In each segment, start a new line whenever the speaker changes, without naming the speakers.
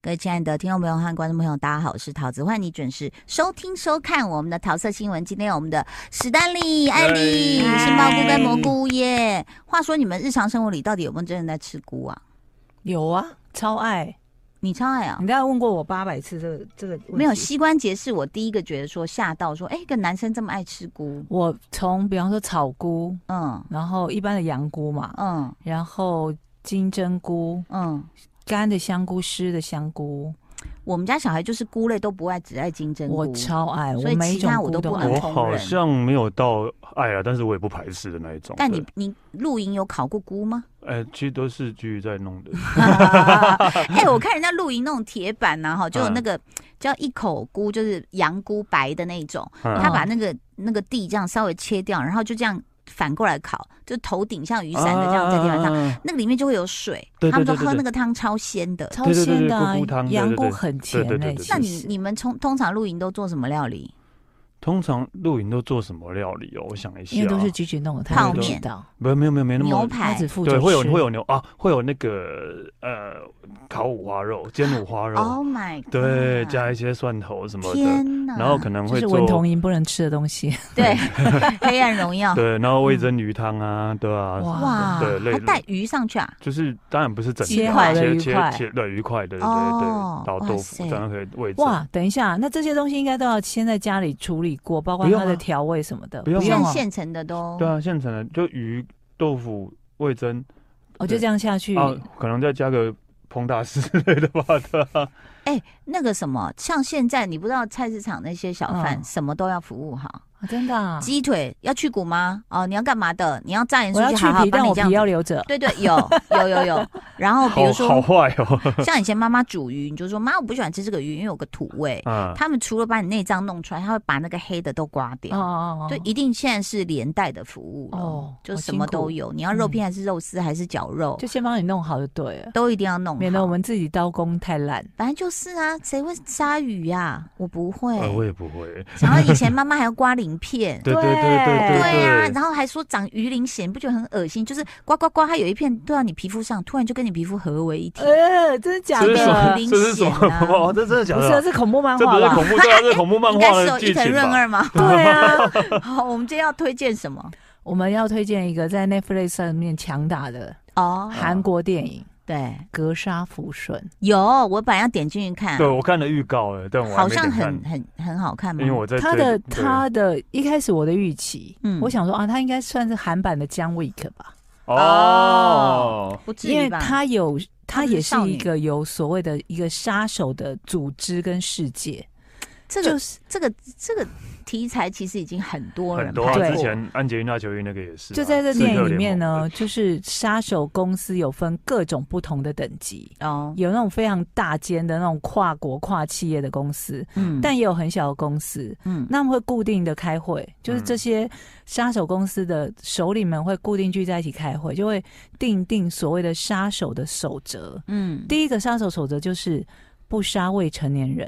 各位亲爱的听众朋友和观众朋友，大家好，我是桃子，欢迎你准时收听收看我们的桃色新闻。今天有我们的史丹利、艾丽、
哎
嗨
杏鲍菇跟蘑菇耶。话说你们日常生活里到底有没有真的在吃菇啊？
有啊，超爱。
你超爱啊
你！大概问过我八百次这个这个问题
没有膝关节是我第一个觉得说吓到说，哎，一个男生这么爱吃菇，
我从比方说草菇，
嗯
然后一般的羊菇嘛，
嗯
然后金针菇、
嗯，
干的香菇、湿的香菇，
我们家小孩就是菇类都不爱，只爱金针菇。
我超爱，
所
我
以
每一
其他
种
我
菇
都
都
不
爱
能。
我
哦同
好
人
像没有到爱啊，但是我也不排斥的那一种。
但你
对
你露营有烤过菇吗？
哎，其实都是居于在 弄的。
哎、我看人家露营那种铁板呐，哈，就
嗯
有那个叫一口菇，就是羊菇白的那种，
嗯
他把那个那个地这样稍微切掉，然后就这样反过来烤，就头顶像雨伞的这样在地板上，
啊
那个里面就会有水，
对对
他们说
对对
喝
对
那个汤超鲜的。
超鲜的啊
对对对对菇汤对对
羊菇
对
很甜欸
对对
嘞
对对。
那
其
你
实
你们通通常露营都做什么料理？
通常露营都做什么料理哦？我想一下啊，
因为都是菊菊弄的，他
泡
也不
面
知道，
没有没有没有没有那
牛
么
他
排
只负责
对，会有
吃
会有牛啊，会有那个呃烤五花肉、煎五花肉，
？Oh my god！
对，加一些蒜头什么的，
天哪！
然后可能
就
会
是文
做
童莹不能吃的东西。
对 黑暗荣耀，
对，然后味噌鱼汤啊，对啊，
哦嗯哇，
对类
还带鱼上去啊？
就是当然不是整
切
条
块的
切
鱼
切
块
切对鱼块，对对对对
哦，
然后
哇
豆腐
塞
这样可以味噌。
哇，等一下，那这些东西应该都要先在家里处理过，包括
不用啊
它的调味什么的，
不用啊
现在
啊，
现成的都
对啊，现成的就鱼、豆腐、味噌
哦我就这样下去。
啊，可能再加个膨大师之类的吧，对啊，
那个什么，像现在你不知道菜市场那些小贩
嗯
什么都要服务好，
啊真的啊，
鸡腿要去骨吗？哦，你要干嘛的？你要炸盐
我
酥
要去
鸡，好好
皮，但
帮你
我
这样
皮要
子。
留着。
对对，有有有有。然后比
好
如说，
好坏哦，
像以前妈妈煮鱼，你就说妈，我不喜欢吃这个鱼，因为有个土味。
啊，
他们除了把你内脏弄出来，他会把那个黑的都刮
哦
掉。
哦哦，
对，一定现在是连带的服务哦
哦，
就
好
什
辛
么
苦
都有，你要肉
嗯
片还是肉丝还是绞肉，
就先帮你弄好就对了，
都一定要弄
免得
嗯好
我们自己刀工 太烂。
反正就是啊，谁会杀鱼呀、我不会。
呃我也不会，。
然后以前妈妈还要刮鳞片
对对对对
对啊，
对
然后还说长鱼鳞癣，你不觉得很恶心？就是刮刮刮，它有一片掉到你皮肤上，突然就跟你皮肤合为一体。
哎
呃，真的假
这是
长得
什么？这是
的？
什么
明显？啊
哇，这真的假
不
的
是啊，
啊？
是恐怖漫
这不
画
是
吧？？
恐怖，对啊，这是恐怖 漫
应
画
该是
的
有伊
剧
藤
情
润
吧？
二吗
对 啊，
好，我们今天要推荐什么？
我们要推荐一个在 Netflix 上面强大的
哦，
韩国电影《
对，
格杀福顺》，
有，我本来要点进去看
对，，我看了预告了，但我还
啊好
没
像
点看
很很很好看吗
因为？我在
它
追
的
对
它的一开始我的预期，
嗯
我想说啊，它应该算是韩版的《姜 Wick》吧，
哦，
不至
因
于
为
吧？
它有它也是
少女
一个有所谓的一个杀手的组织跟世界，
这
就
个
是
这个这个题材其实已经很多
很
人
多啊，
拍
对
之
过
前安吉丽娜·裘丽那个也是啊，
就在这电影里面呢，
刺
就是杀手公司有分各种不同的等级，
哦，
有那种非常大间的那种跨国跨企业的公司，
嗯
但也有很小的公司。
嗯
那他们会固定的开会，就是
嗯
这些杀手公司的首领们会固定聚在一起开会，就会定定所谓的杀手的守则。
嗯
第一个杀手守则就是不杀未成年人，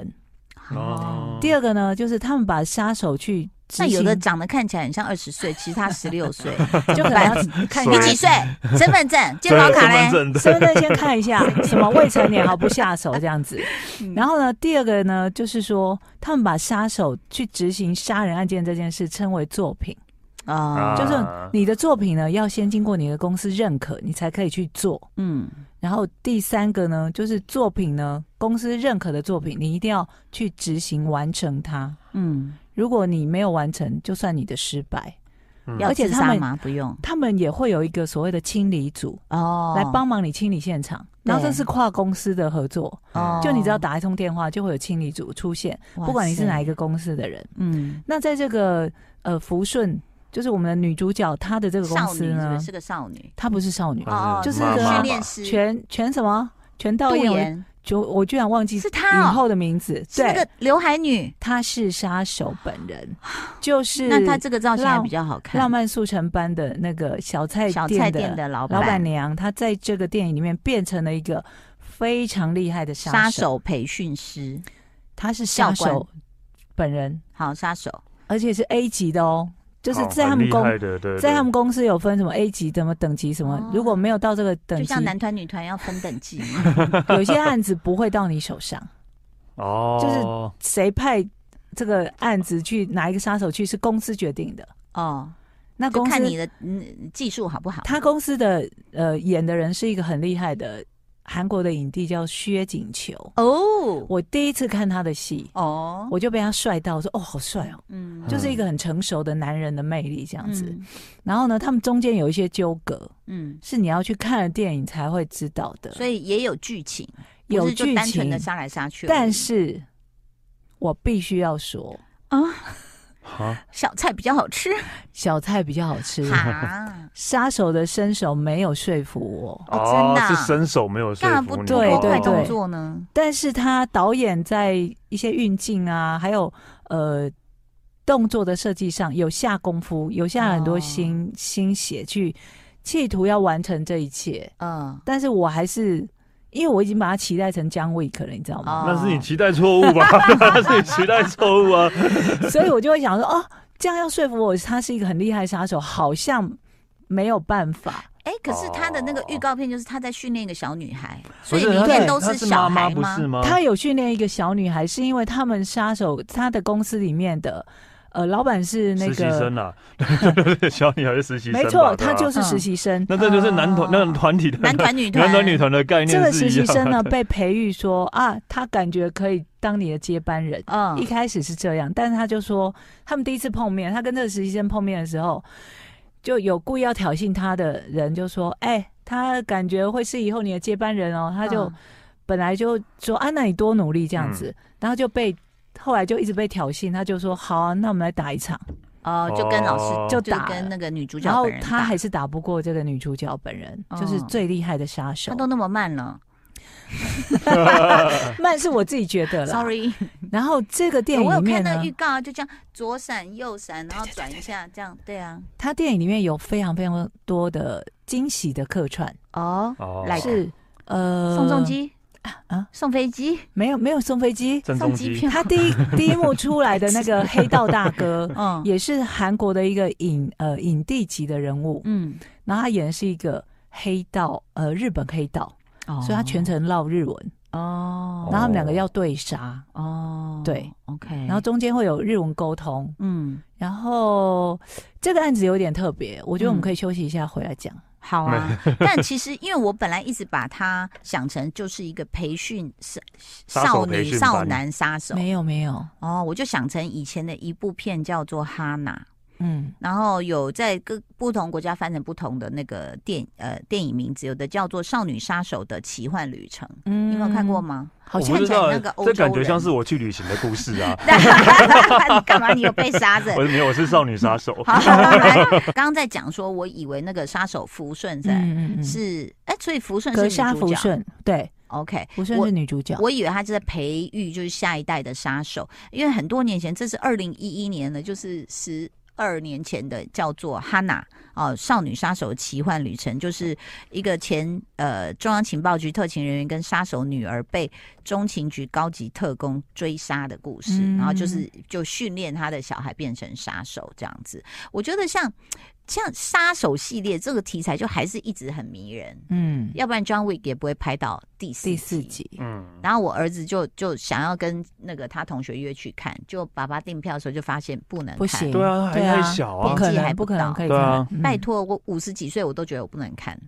流联盟，
第
二
二个呢就是他们把杀手去执
那
行，
有的长得看起来很像二十岁，其实他十六岁。
就可能要看
你
对
几岁？身份证、健保卡嘞？
真的
身份证先看一下，什么未成年好不下手这样子。
嗯
然后呢，第二个呢，就是说他们把杀手去执行杀人案件这件事称为作品，
啊，
就是
啊
你的作品呢要先经过你的公司认可，你才可以去做。
嗯，
然后第三个呢，就是作品呢，公司认可的作品，你一定要去执行完成它。
嗯，
如果你没有完成，就算你的失败。
嗯
要
而且
自
他
杀
们
吗？不用
他们也会有一个所谓的清理组
哦，
来帮忙你清理现场，然后这是跨公司的合作。
哦，
就你只要打一通电话，就会有清理组出现，
哇塞，
不管你是哪一个公司的人。
嗯，
那在这个呃福顺，就是我们的女主角，她的这个公
少
司
女是不
呢
是，是个少女？
她不是少女，
哦，
就是
妈
个
妈
训
吧
练师，
全全什么全道
杜
演，
妍
就我居然忘记
是
影
她哦，
后的名字，
是那
对
个，刘海女。
她是杀手本人，就 是
那她这个造型还
浪
比较好看，
浪漫速成班的那个小菜
小菜
店
店
的
的老
老板
板。
娘，她在这个电影里面变成了一个非常厉害的
杀
杀手
手培训师，
她是杀
教官
手本人。
好杀手，
而且是 A 级的哦，就是
好
在他
很
们
厉
公
害的，对，
在
对
他们公司有分什么 A 级、什么等级什么，
哦
如果没有到这个等
就
级
像，男团女团要分等级嘛，
有些案子不会到你手上。
哦，
谁派这个案子去哪一个杀手去是公司决定的。
哦，
那
就
公
看你
司
的嗯技术好不好。
他公司的呃演的人是一个很厉害的韩国的影帝叫薛景求，
哦
我第一次看他的戏，
哦，
我就被他帅到，我说哦好帅哦，
嗯
就是一嗯个很成熟的男人的魅力
这
这样子。，然后呢，他们中间有一些纠葛，
嗯，
是你要去看了电影才会知道的，
所以也有剧情，不
有
是就
剧
单纯
情
的，杀来杀去而已。
但是我必须要说，
啊，
啊，
小菜比较好 吃
小菜比较好吃。
哈，
杀手的身手没有说服我，
哦真的啊
是伸手没有说
干嘛不
服你，哦
多
对对
快动
对
作呢？
但是他导演在一些运镜啊，还有呃动作的设计上有下功夫，有下很多
哦
心、心血去企图要完成这一切。
嗯，
但是我还是因为我已经把它期待成姜 Wick 了，你知道吗？
哦啊
哦那是你期待错误吧？ 那是你期待错误啊！
所以我就会想说，哦，这样要说服我他是一个很厉害的杀手，好像没有办法。
哎，可是他的那个预告片就是他在训练一个小女孩，所
不
以
是
里
他
面
对
都
他是
小
妈妈
孩
不
吗
是？吗？
他有训练一个小女孩，是因为他们杀手他的公司里面的呃老板是那
实习
个
生，啊， 对对对，小女孩是实习生吧，
没
对吧
错，
嗯
他就是实习生。
那这就是男团
哦
那个团体的
男团女团，
男团女团的概念
这个
是
实
一
习
样的
生呢，被培育说啊，他感觉可以当你的接班人。
嗯，
一开始是这样，但是他就说，他们第一次碰面，他跟这个实习生碰面的时候，就有故意要挑衅他的人，就说：“哎、他感觉会是以后你的接班人哦。”他就、
嗯
本来就说：“啊，那你多努力这样子。然后就被后来就一直被挑衅，他就说：“好啊，那我们来打一场。
哦，就跟老师
哦
就
就打
跟那个女主”角
然后
本人打，
他还是打不过这个女主角本人，
哦
就是最厉害的杀手
他。都那么慢了
慢 是我自己觉得了。
，sorry，
然后这个电
我
影
有
里
看
面
那
呢
预，告啊，就这样左闪右闪，然后转一下这样，对啊，
他电影里面有非常非常多的惊喜的客串。
哦，
哦
来
是呃，
宋仲基
啊
送飞机，
没有没有送飞 机，
郑
送
中
机
基
票，。
他第一第一幕出来的那个黑道大哥
嗯
也是韩国的一个影呃影帝级的人物，
嗯，
然后他演的是一个黑道呃日本黑道，
哦
所以他全程唠日文，
哦，
然后他们两个要对杀，
哦，
对
，OK，
然后中间会有日文沟通，
嗯，
然后这个案子有点特别，我觉得我
嗯
们可以休息一下回来讲。
好啊。 但其实，因为我本来一直把它想成就是一个培训少
杀手
少
培
女、
训
少
班
男杀手
没有没有，
哦，我就想成以前的一部片叫做《哈娜》，
嗯，
然后有在各不同国家翻成不同的那个电呃电影名字，有的叫做《少女杀手的奇幻旅程》，
嗯
你有没有看过？吗？
好
我
像
不知
看起来
道
那个欧，
这
洲
感觉
人。
像是我去旅行的故事啊
你干嘛？你有被杀着
我？没有，我是少女杀手。
好， 来，刚刚在讲说，我以为那个杀手福顺在、
嗯嗯嗯，
是，哎、所以福顺是
格
女
杀
主
福
角
顺，对，
OK，
福顺
我
是女主角。
我以为他是在培育就是下一代的杀手，因为很多年前，这是二零一一年的，就是十二年前的，叫做《哈娜》哦，《少女杀手奇幻旅程》，就是一个前呃中央情报局特勤人员跟杀手女儿被中情局高级特工追杀的故事，
嗯
然后就是就训练他的小孩变成杀手这样子。我觉得像像杀手系列这个题材，就还是一直很迷人。
嗯，
要不然 John Wick 也不会拍到第四
第四集，
嗯，
然后我儿子就就想要跟那个他同学约去看，就爸爸订票的时候就发现不能看，
不行，
对啊还
对啊
太小啊
不可
年纪还
能，
不
不可
到
能可以
对
看
啊。
嗯
拜，托，我五十几岁我都觉得我不能 看，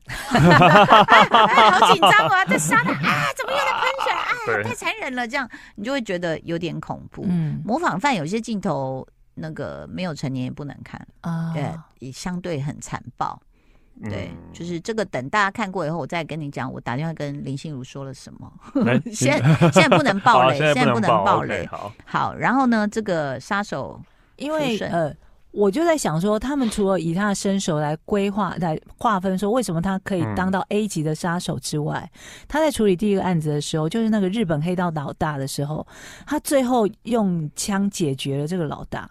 哎好紧张啊！在杀他啊，怎么又在喷水啊？
对
太残忍了，这样你就会觉得有点恐怖。
嗯
模仿犯有些镜头那个没有成年也不能看，
啊，
对，也相对很残暴。对，
嗯
就是这个，等大家看过以后，我再跟你讲，我打电话跟林心如说了什 么。
来
现在现在不能
好
爆雷，
现在
不
不
能
能
爆
，OK，
雷。
好，
好，然后呢，这个杀手
因为
福顺
呃，我就在想说，他们除了以他的身手来规划、来划分，说为什么他可
嗯
以当到 A 级的杀手之外，他在处理第一个案子的时候，就是那个日本黑道老大的时候，他最后用枪解决了这个老大。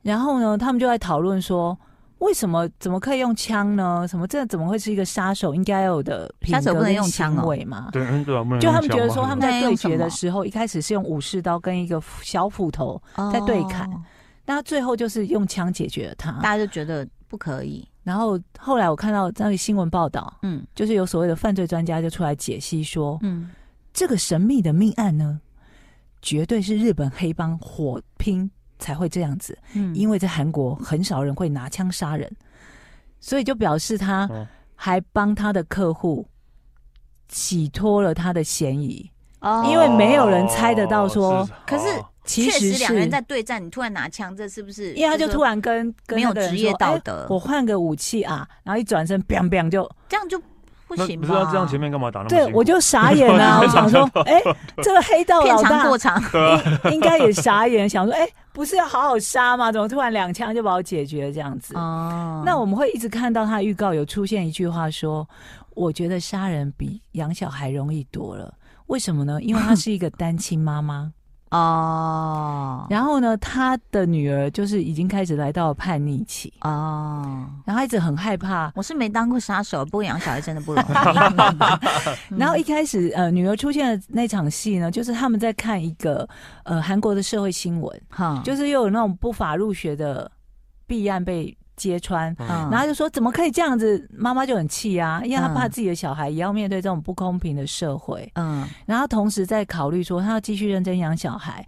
然后呢，他们就在讨论说，为什么怎么可以用枪呢？什么这怎么会是一个杀手应该有的品
杀手
格
不能
跟
用枪哦
行为嘛？
对，嗯，对啊，不能
就他
用
们觉得
枪
说，
吧
他们
那
在
用
对
什
决的
么
时候，一开始是用武士刀跟一个小斧头，在对砍
哦
但他最后就是用枪解决了他。
大家就觉得不可以，
然后后来我看到那个新闻报道，
嗯
就是有所谓的犯罪专家就出来解析说，
嗯，
这个神秘的命案呢，绝对是日本黑帮火拼才会这样子，
嗯
因为在韩国很少人会拿枪杀人，所以就表示他
哦
还帮他的客户洗脱了他的嫌疑。
哦
因为没有人猜得到说
哦
可是
哦
其
确
实
实两个人
是，
在对战，你突然拿枪，这是不是？
因为他就
说
突然跟跟
没有
那个人
职业
说
道
哎
德，
我换个武器啊，然后一转身，biang biang 就，
这样就不
那
行
不
吧？
知道这样前面干嘛打那么
对
辛苦
我就傻眼了、 我想说，哎、这个黑道
片
哦老
长
大
过长，
对啊，
应该也傻眼，想说，哎、不是要好好杀吗？怎么突然两枪就把我解决这样子？
哦
那我们会一直看到他预告有出现一句话说，我觉得杀人比养小孩容易多了。为什么呢？因为她是一个单亲 妈妈，
哦
然后呢，她的女儿就是已经开始来到了叛逆期，
哦，
然后她一直很害怕。
我是没当过杀手，不过养小孩真的不容易。 嗯
然后一开始，呃，女儿出现的那场戏呢，就是他们在看一个呃韩国的社会新闻，
哈
就是又有那种不法入学的弊案被揭穿，
嗯
然后就说怎么可以这样子？妈妈就很气啊，因为她
嗯
怕自己的小孩也要面对这种不公平的社会，
嗯
然后同时在考虑说，她要继续认真养小孩，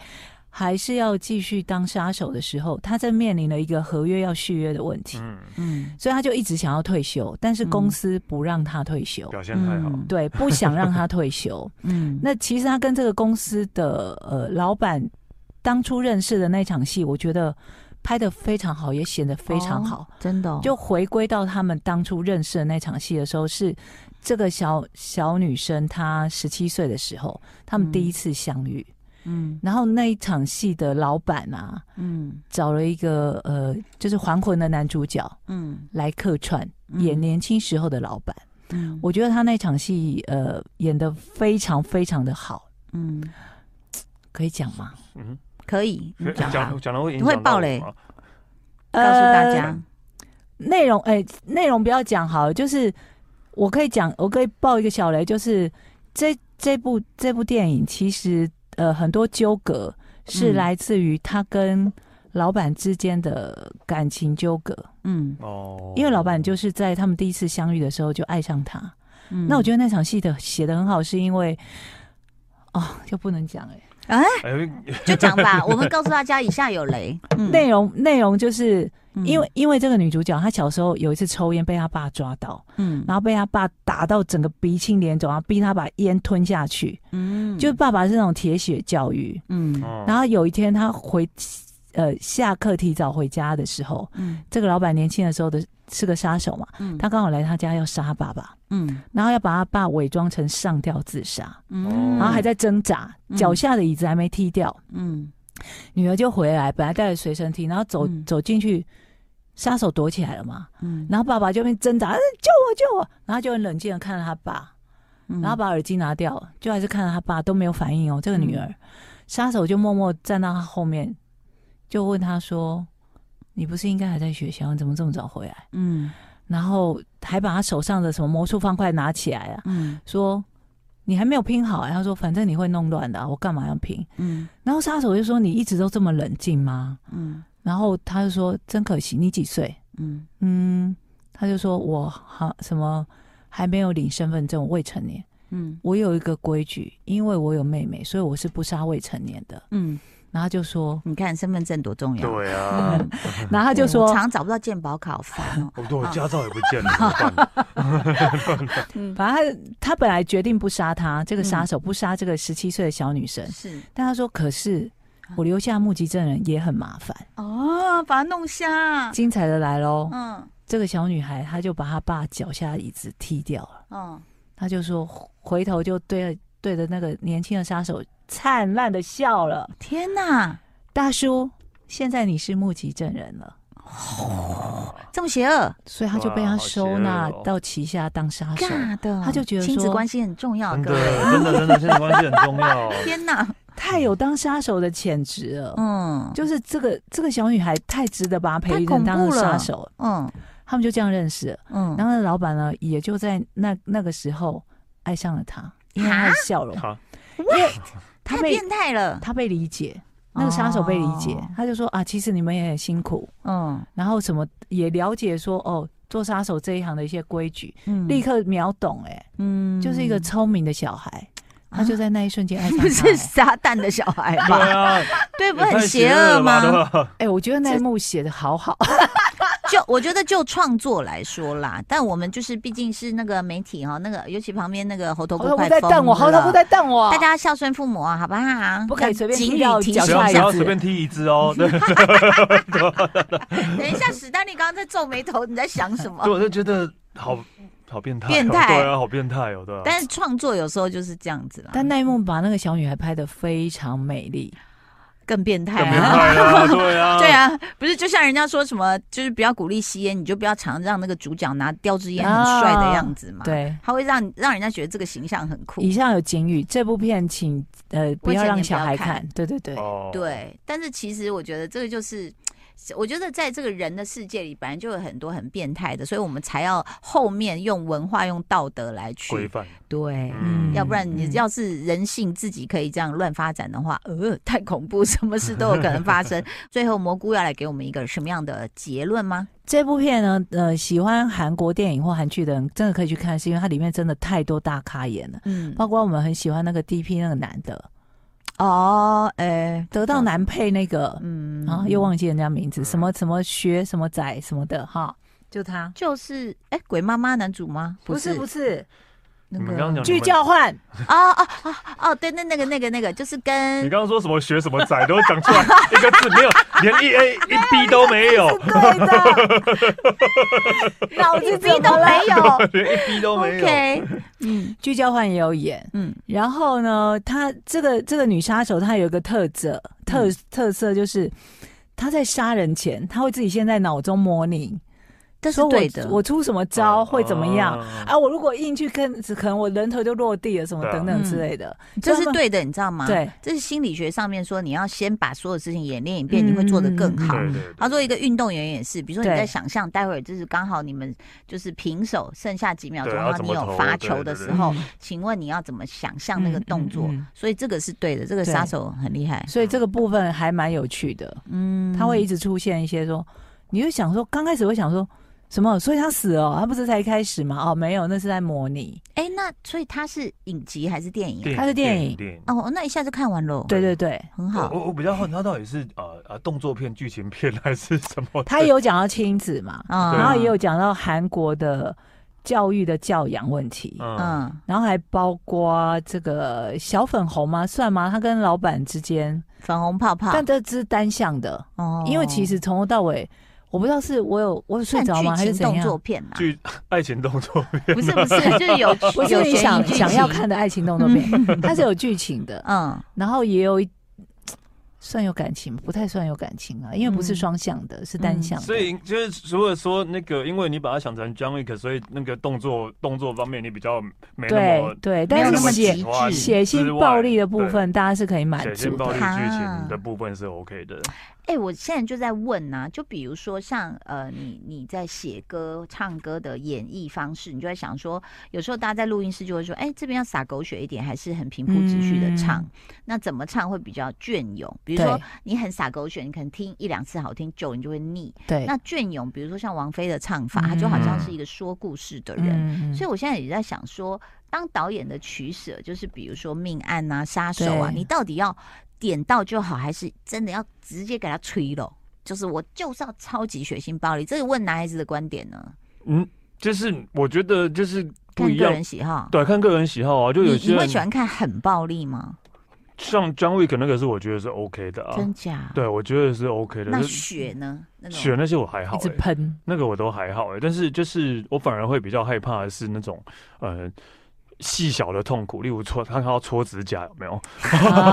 还是要继续当杀手的时候，她在面临了一个合约要续约的问题，
嗯，
嗯，
所以她就一直想要退休，但是公司不让她退休，
表现太好，
嗯
对，不想让她退休。
嗯
那其实她跟这个公司的呃老板当初认识的那场戏，我觉得拍的非常好，也显得非常好。
哦真的哦
就回归到他们当初认识的那场戏的时候，是这个小小女生她十七岁的时候，他们
嗯
第一次相遇。
嗯
然后那一场戏的老板啊，
嗯
找了一个呃，就是还魂的男主角
嗯
来客串，
嗯
演年轻时候的老板。
嗯
我觉得他那场戏呃演的非常非常的好，
嗯
可以讲吗？
嗯，
可以，你讲吧
讲，讲了会影
会
响到
爆
我
雷
吗
告诉大
呃
家，
内容哎，内、容不要讲好了，就是我可以讲，我可以爆一个小雷，就是这这部这部电影其实呃很多纠葛是
嗯
来自于他跟老板之间的感情纠葛，
嗯
哦，
因为老板就是在他们第一次相遇的时候就爱上他。
嗯，
那我觉得那场戏的写的很好，是因为哦就不能讲哎、
哎
啊就讲吧，我们告诉大家以下有 雷，嗯
内容内容就是
嗯
因为、因为这个女主角她小时候有一次抽烟被她爸抓到。
嗯
然后被他爸打到整个鼻青脸肿，然后逼他把烟吞下去。
嗯
就是爸爸是那种铁血教育。
嗯
然
然后有一天他回呃下课提早回家的时候，
嗯
这个老板年轻的时候的是个杀手嘛，
嗯
他刚好来他家要杀爸爸，
嗯
然后要把他爸伪装成上吊自杀，
嗯，
然后还在挣扎，
嗯
脚下的椅子还没踢掉，
嗯
女儿就回来，本来带着随身听，然后走、
嗯
走进去。杀手躲起来了嘛，
嗯，
然后爸爸就在那边挣扎，哎救我救我，然后就很冷静的看着他爸，
嗯
然后把耳机拿掉，就还是看到他爸都没有反应哦。这个女儿，杀手就默默站到他后面，就问他说：“你不是应该还在学校？你怎么这么早回来
嗯？”
然后还把他手上的什么魔术方块拿起来啊，
嗯
说：“你还没有拼好、啊。”他说：“反正你会弄乱的啊、我干嘛要拼
嗯？”
然后杀手就说：“你一直都这么冷静吗
嗯？”
然后他就说：“真可惜，你几岁
嗯？”
嗯，他就说：“我好什么还没有领身份证，我未成年。”
嗯
我有一个规矩，因为我有妹妹，所以我是不杀未成年的。
嗯，
然后他就说，
你看身份证多重要，
对啊，。
嗯
然后他就
我
说
常，常找不到鉴宝卡，好烦 哦
哦，对，我驾照也不见了，怎么办？
嗯，
反正他他本来决定不杀他这个杀手，不杀这个十七岁的小女生，
是嗯
但他说，可是我留下目击证人也很麻烦。
哦，把它弄瞎。
精彩的来喽，
嗯
这个小女孩她就把她爸脚下的椅子踢掉了，
嗯
她就说回头就对着对着那个年轻的杀手灿烂的笑了，
天哪，
大叔，现在你是目击证人了。
这么邪恶，
所以他就被
哇
他
好
收
邪
纳
恶哦
到旗下当杀手。
尬的。
他就觉得
亲子
说
关系很重要，
真
各位。
的，真的，真的，亲子关系很重要。
天哪，
太有当杀手的潜质了。
嗯，
就是这个这个小女孩太值得把她培
太
育
恐
成
怖
当杀
了
手了，
嗯
他们就这样认识了。
嗯，
然后那老板呢，也就在那那个时候爱上了她，因为她的笑容，
好，
因为她
太
被
变态了。
她被理解，那个杀手被理解，
哦
他就说啊，其实你们也很辛苦，
嗯
然后什么也了解说哦，做杀手这一行的一些规矩，
嗯
立刻秒懂、哎、
嗯
就是一个聪明的小孩，
啊
他就在那一瞬间爱上
不
他、
是
哎
撒旦的小孩
对
吧？
啊，
对，不
也太
很邪
恶
恶
了
吗
吧？？对啊吧？
哎、我觉得那一幕写的好好，
就我觉得就创作来说啦，但我们就是毕竟是那个媒体哈、那个尤其旁边那个猴头菇
好
快
在
疯
瞪我，好
了
他不在瞪我，
大家孝顺父母啊，好不好？
不可以随便
警
踢到
语提
脚
醒
不要
下
一
不
下
要
子
随便踢椅子哦。对，
等一下，史丹利刚刚在皱眉头，你在想什么
对，？啊我就觉得好好变态哦，
变态
对啊，好变态哦，对啊。
但是创作有时候就是这样子啦，
但那一幕把那个小女孩拍的非常美丽，
更变
哎
态
更变
啊。
态 啊，对啊，
对，啊，不是就像人家说什么，就是不要鼓励吸烟，你就不要常让那个主角拿叼支烟很帅的样子嘛。，
对。
他会让让人家觉得这个形象很酷
以。上有警语，这部片请呃不要让小孩看。对对对，
哦，
对，但是其实我觉得这个就是。我觉得在这个人的世界里，本来就有很多很变态的，所以我们才要后面用文化、用道德来
规
去
范，
对，
嗯
要不然你要是人性自己可以这样乱发展的话，呃， 太恐怖，什么事都有可能发 生。最后蘑菇要来给我们一个什么样的结论吗？
这部片呢，呃，喜欢韩国电影或韩剧的人真的可以去看，是因为它里面真的太多大咖演了，
嗯，
包括我们很喜欢那个 DP 那个男的，嗯
哦，哎，
得到男配那个，
嗯
啊，又忘记人家名字，什么什么学什么仔什么的哈，就他，
就是哎，鬼妈妈男主吗？是，是，
不是
那
你们刚刚
个
讲
剧交换，
哦哦哦哦，对，那那个那个那个，就是
你
跟
刚刚说什么学什么仔都讲出 来一个字没有，连一 A 一 B 都没有，
对的，脑子
逼都没有。
连一 B 都没有。
OK，嗯
剧交换也有演，
嗯
然后呢，她这个这个女杀手，她有一个特色，特、
嗯
特色就是她在杀人前，她会自己先在脑中模拟，
这是
说我
对的
我出什么招会怎么样。
啊？
啊！我如果硬去跟，可能我人头就落地了，什么
对啊
等等之类的。
嗯这是
专门
对的，你知道吗？
对，
这是心理学上面说，你要先把所有事情演练一遍，
嗯
你会做得更好。
对对哦对，
啊
他说一个运动员也是，比如说你
对
在想象待会儿就是刚好你们就是平手，剩下几秒钟，
对
然
要
后
怎
你
么
有
投
罚
对
球
对
的
对
时候，请问你要怎么想象那个动作？
嗯嗯嗯嗯
所以这个是对的，这个
对
杀手很厉害。
所以这个部分还蛮有趣的。
嗯，
他会一直出现一些说，你就想说，刚开始会想说什么？所以他死了哦，他不是才一开始吗？哦，没有，那是在模拟。
哎、那所以他是影集还是电影啊？
电
它是电影嗯
电影。
哦，那一下就看完喽，
对对对，
很
我
好。
我我比较好奇，他到底是呃呃动作片、剧情片还是什么？
他有讲到亲子嘛，
啊
然后也有讲到韩国的教育的教养问题，
嗯
嗯
然后还包括这个小粉红吗？算吗？他跟老板之间，
粉红泡泡
但。这只是单向的，
哦
因为其实从头到尾，我不知道是我有我有睡
算
着吗，
剧
还是
情
怎
动作
样？
片啊，
剧爱情动作片，
不是不 是，就是有
不是
有悬
你
疑
想
剧
想要
情
看的爱情动作 片，它是有剧情的，
嗯
然后也有一。算有感情，不太算有感情啊，因为不是
嗯
双向的，是单
嗯
向的。
所以就是如果说那个，因为你把它想成 John Wick，所以那个动作动作方面你比较没那么
对对，
没有
但
那么
是
极
写
致
哇
之
血腥暴力的部
对
分，大家是可以满
血腥
足
暴力
的。
剧情的部分是 OK 的，
哎、我现在就在问呐、就比如说像呃，你你在写歌、唱歌的演绎方式，你就在想说，有时候大家在录音室就会说，哎、这边要撒狗血一点，还是很平铺直叙的唱、
嗯
那怎么唱会比较隽永？比如
对
说你很撒狗血，你可能听一两次好听，久了你就会腻。
对，
那隽永，比如说像王菲的唱法，她就好像是一个说故事的人。
嗯
所以我现在也在想说，当导演的取舍，就是比如说命案啊、杀手啊，
对
你到底要点到就好，还是真的要直接给他吹了？就是我就是要超级血腥暴力，这个问男孩子的观点呢，
嗯，就是我觉得就是不
看
一
个
样
人，喜好。
对，看个人喜好啊，就
你
有些
你会
人
喜欢看很暴力吗？
像 John Wick 那个是我觉得是 OK 的啊，
真假？。
对我觉得是 OK 的，
那
就是
血呢？那种
血那些我还好
一直
欸，
喷，
那个我都还好哎、但是就是我反而会比较害怕的是那种呃细小的痛苦，例如戳他看到戳指甲有没有？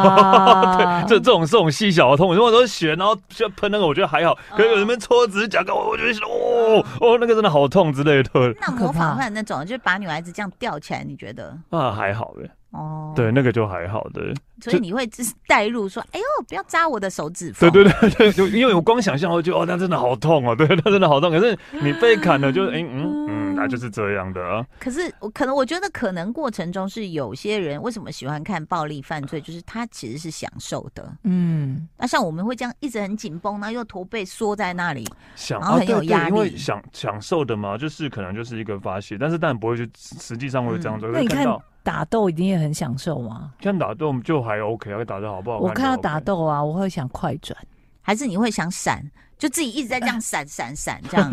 啊
嗯
这这种这种细小的痛苦，如果说血然后就喷那个，我觉得还好。可是有人
嗯
们戳指甲，我我就会想哦哦那个真的好痛之类的
那模仿犯那种，就是把女孩子这样吊起来，你觉得？
啊，还好哎、
哦，
对，，那个就还好的。
所以你会就是带入说，哎呦，不要扎我的手指缝。
对对对对，就啊 因为我光想象，我就觉得哦，那真的好痛哦，对，那真的好痛。可是你被砍了就，哎嗯嗯，察就是这样的啊。
可是我可能我觉得可能过程中是有些人为什么喜欢看暴力犯罪，就是他其实是享受的。
嗯，
那像我们会这样一直很紧绷，然后又驼背缩在那里，
想
然后
啊，
很
对
有
对，
压
因为
力
享享受的嘛，就是可能就是一个发泄，但是当然不会去实际上会这样做。
嗯那你
会看
看
到
打斗一定也很享受吗？
看打斗就还 OK 啊，打的好不好？
我看到
就
打
OK，
斗啊，我会想快转。
还是你会想闪，就自己一直在这样闪闪闪这样。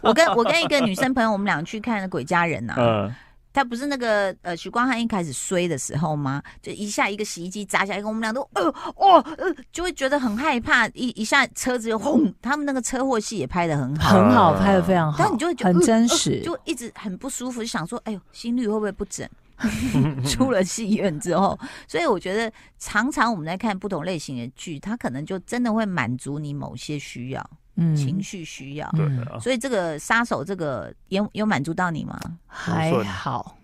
我跟我跟一个女生朋友，我们俩去看《鬼家人》呐、
啊
嗯，
她不是那个呃许光汉一开始衰的时候吗？就一下一个洗衣机砸下来，我们俩都哦哦呃，就会觉得很害怕，一一下车子又轰，他们那个车祸戏也拍的很好。
很好，
哦
拍的非常好，
但你就会觉得
很
呃
真
呃
实，
就一直很不舒服，就想说，哎呦，心率会不会不整？ 出了戏院之后，所以我觉得常常我们在看不同类型的剧，它可能就真的会满足你某些需要、
嗯
情绪需要。
嗯
对啊，
所以这个杀手这个有有满足到你吗？
还好，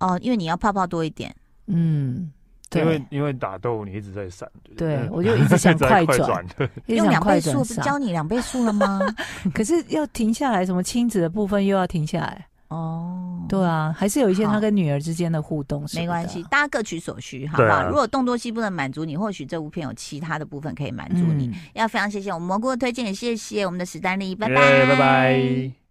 哦，因为你要泡泡多一点，
嗯，
因为
对
因为打斗你一直在闪，
对，
嗯
我就一直想
在
快转，
转， 对
一直
用
想
两
快
倍速
转
不是教
上，
你两倍速了 吗？
可是要停下来，什么亲子的部分又要停下来，
哦，
对啊，还是有一些他
好
跟女儿之间的互动什么的，
没关系，大家各取所需，好不
对
好？
啊
如果动作戏不能满足你，或许这部片有其他的部分可以满足你。
嗯。
要非常谢谢我们蘑菇的推荐，也谢谢我们的史丹利，拜拜，
耶拜拜。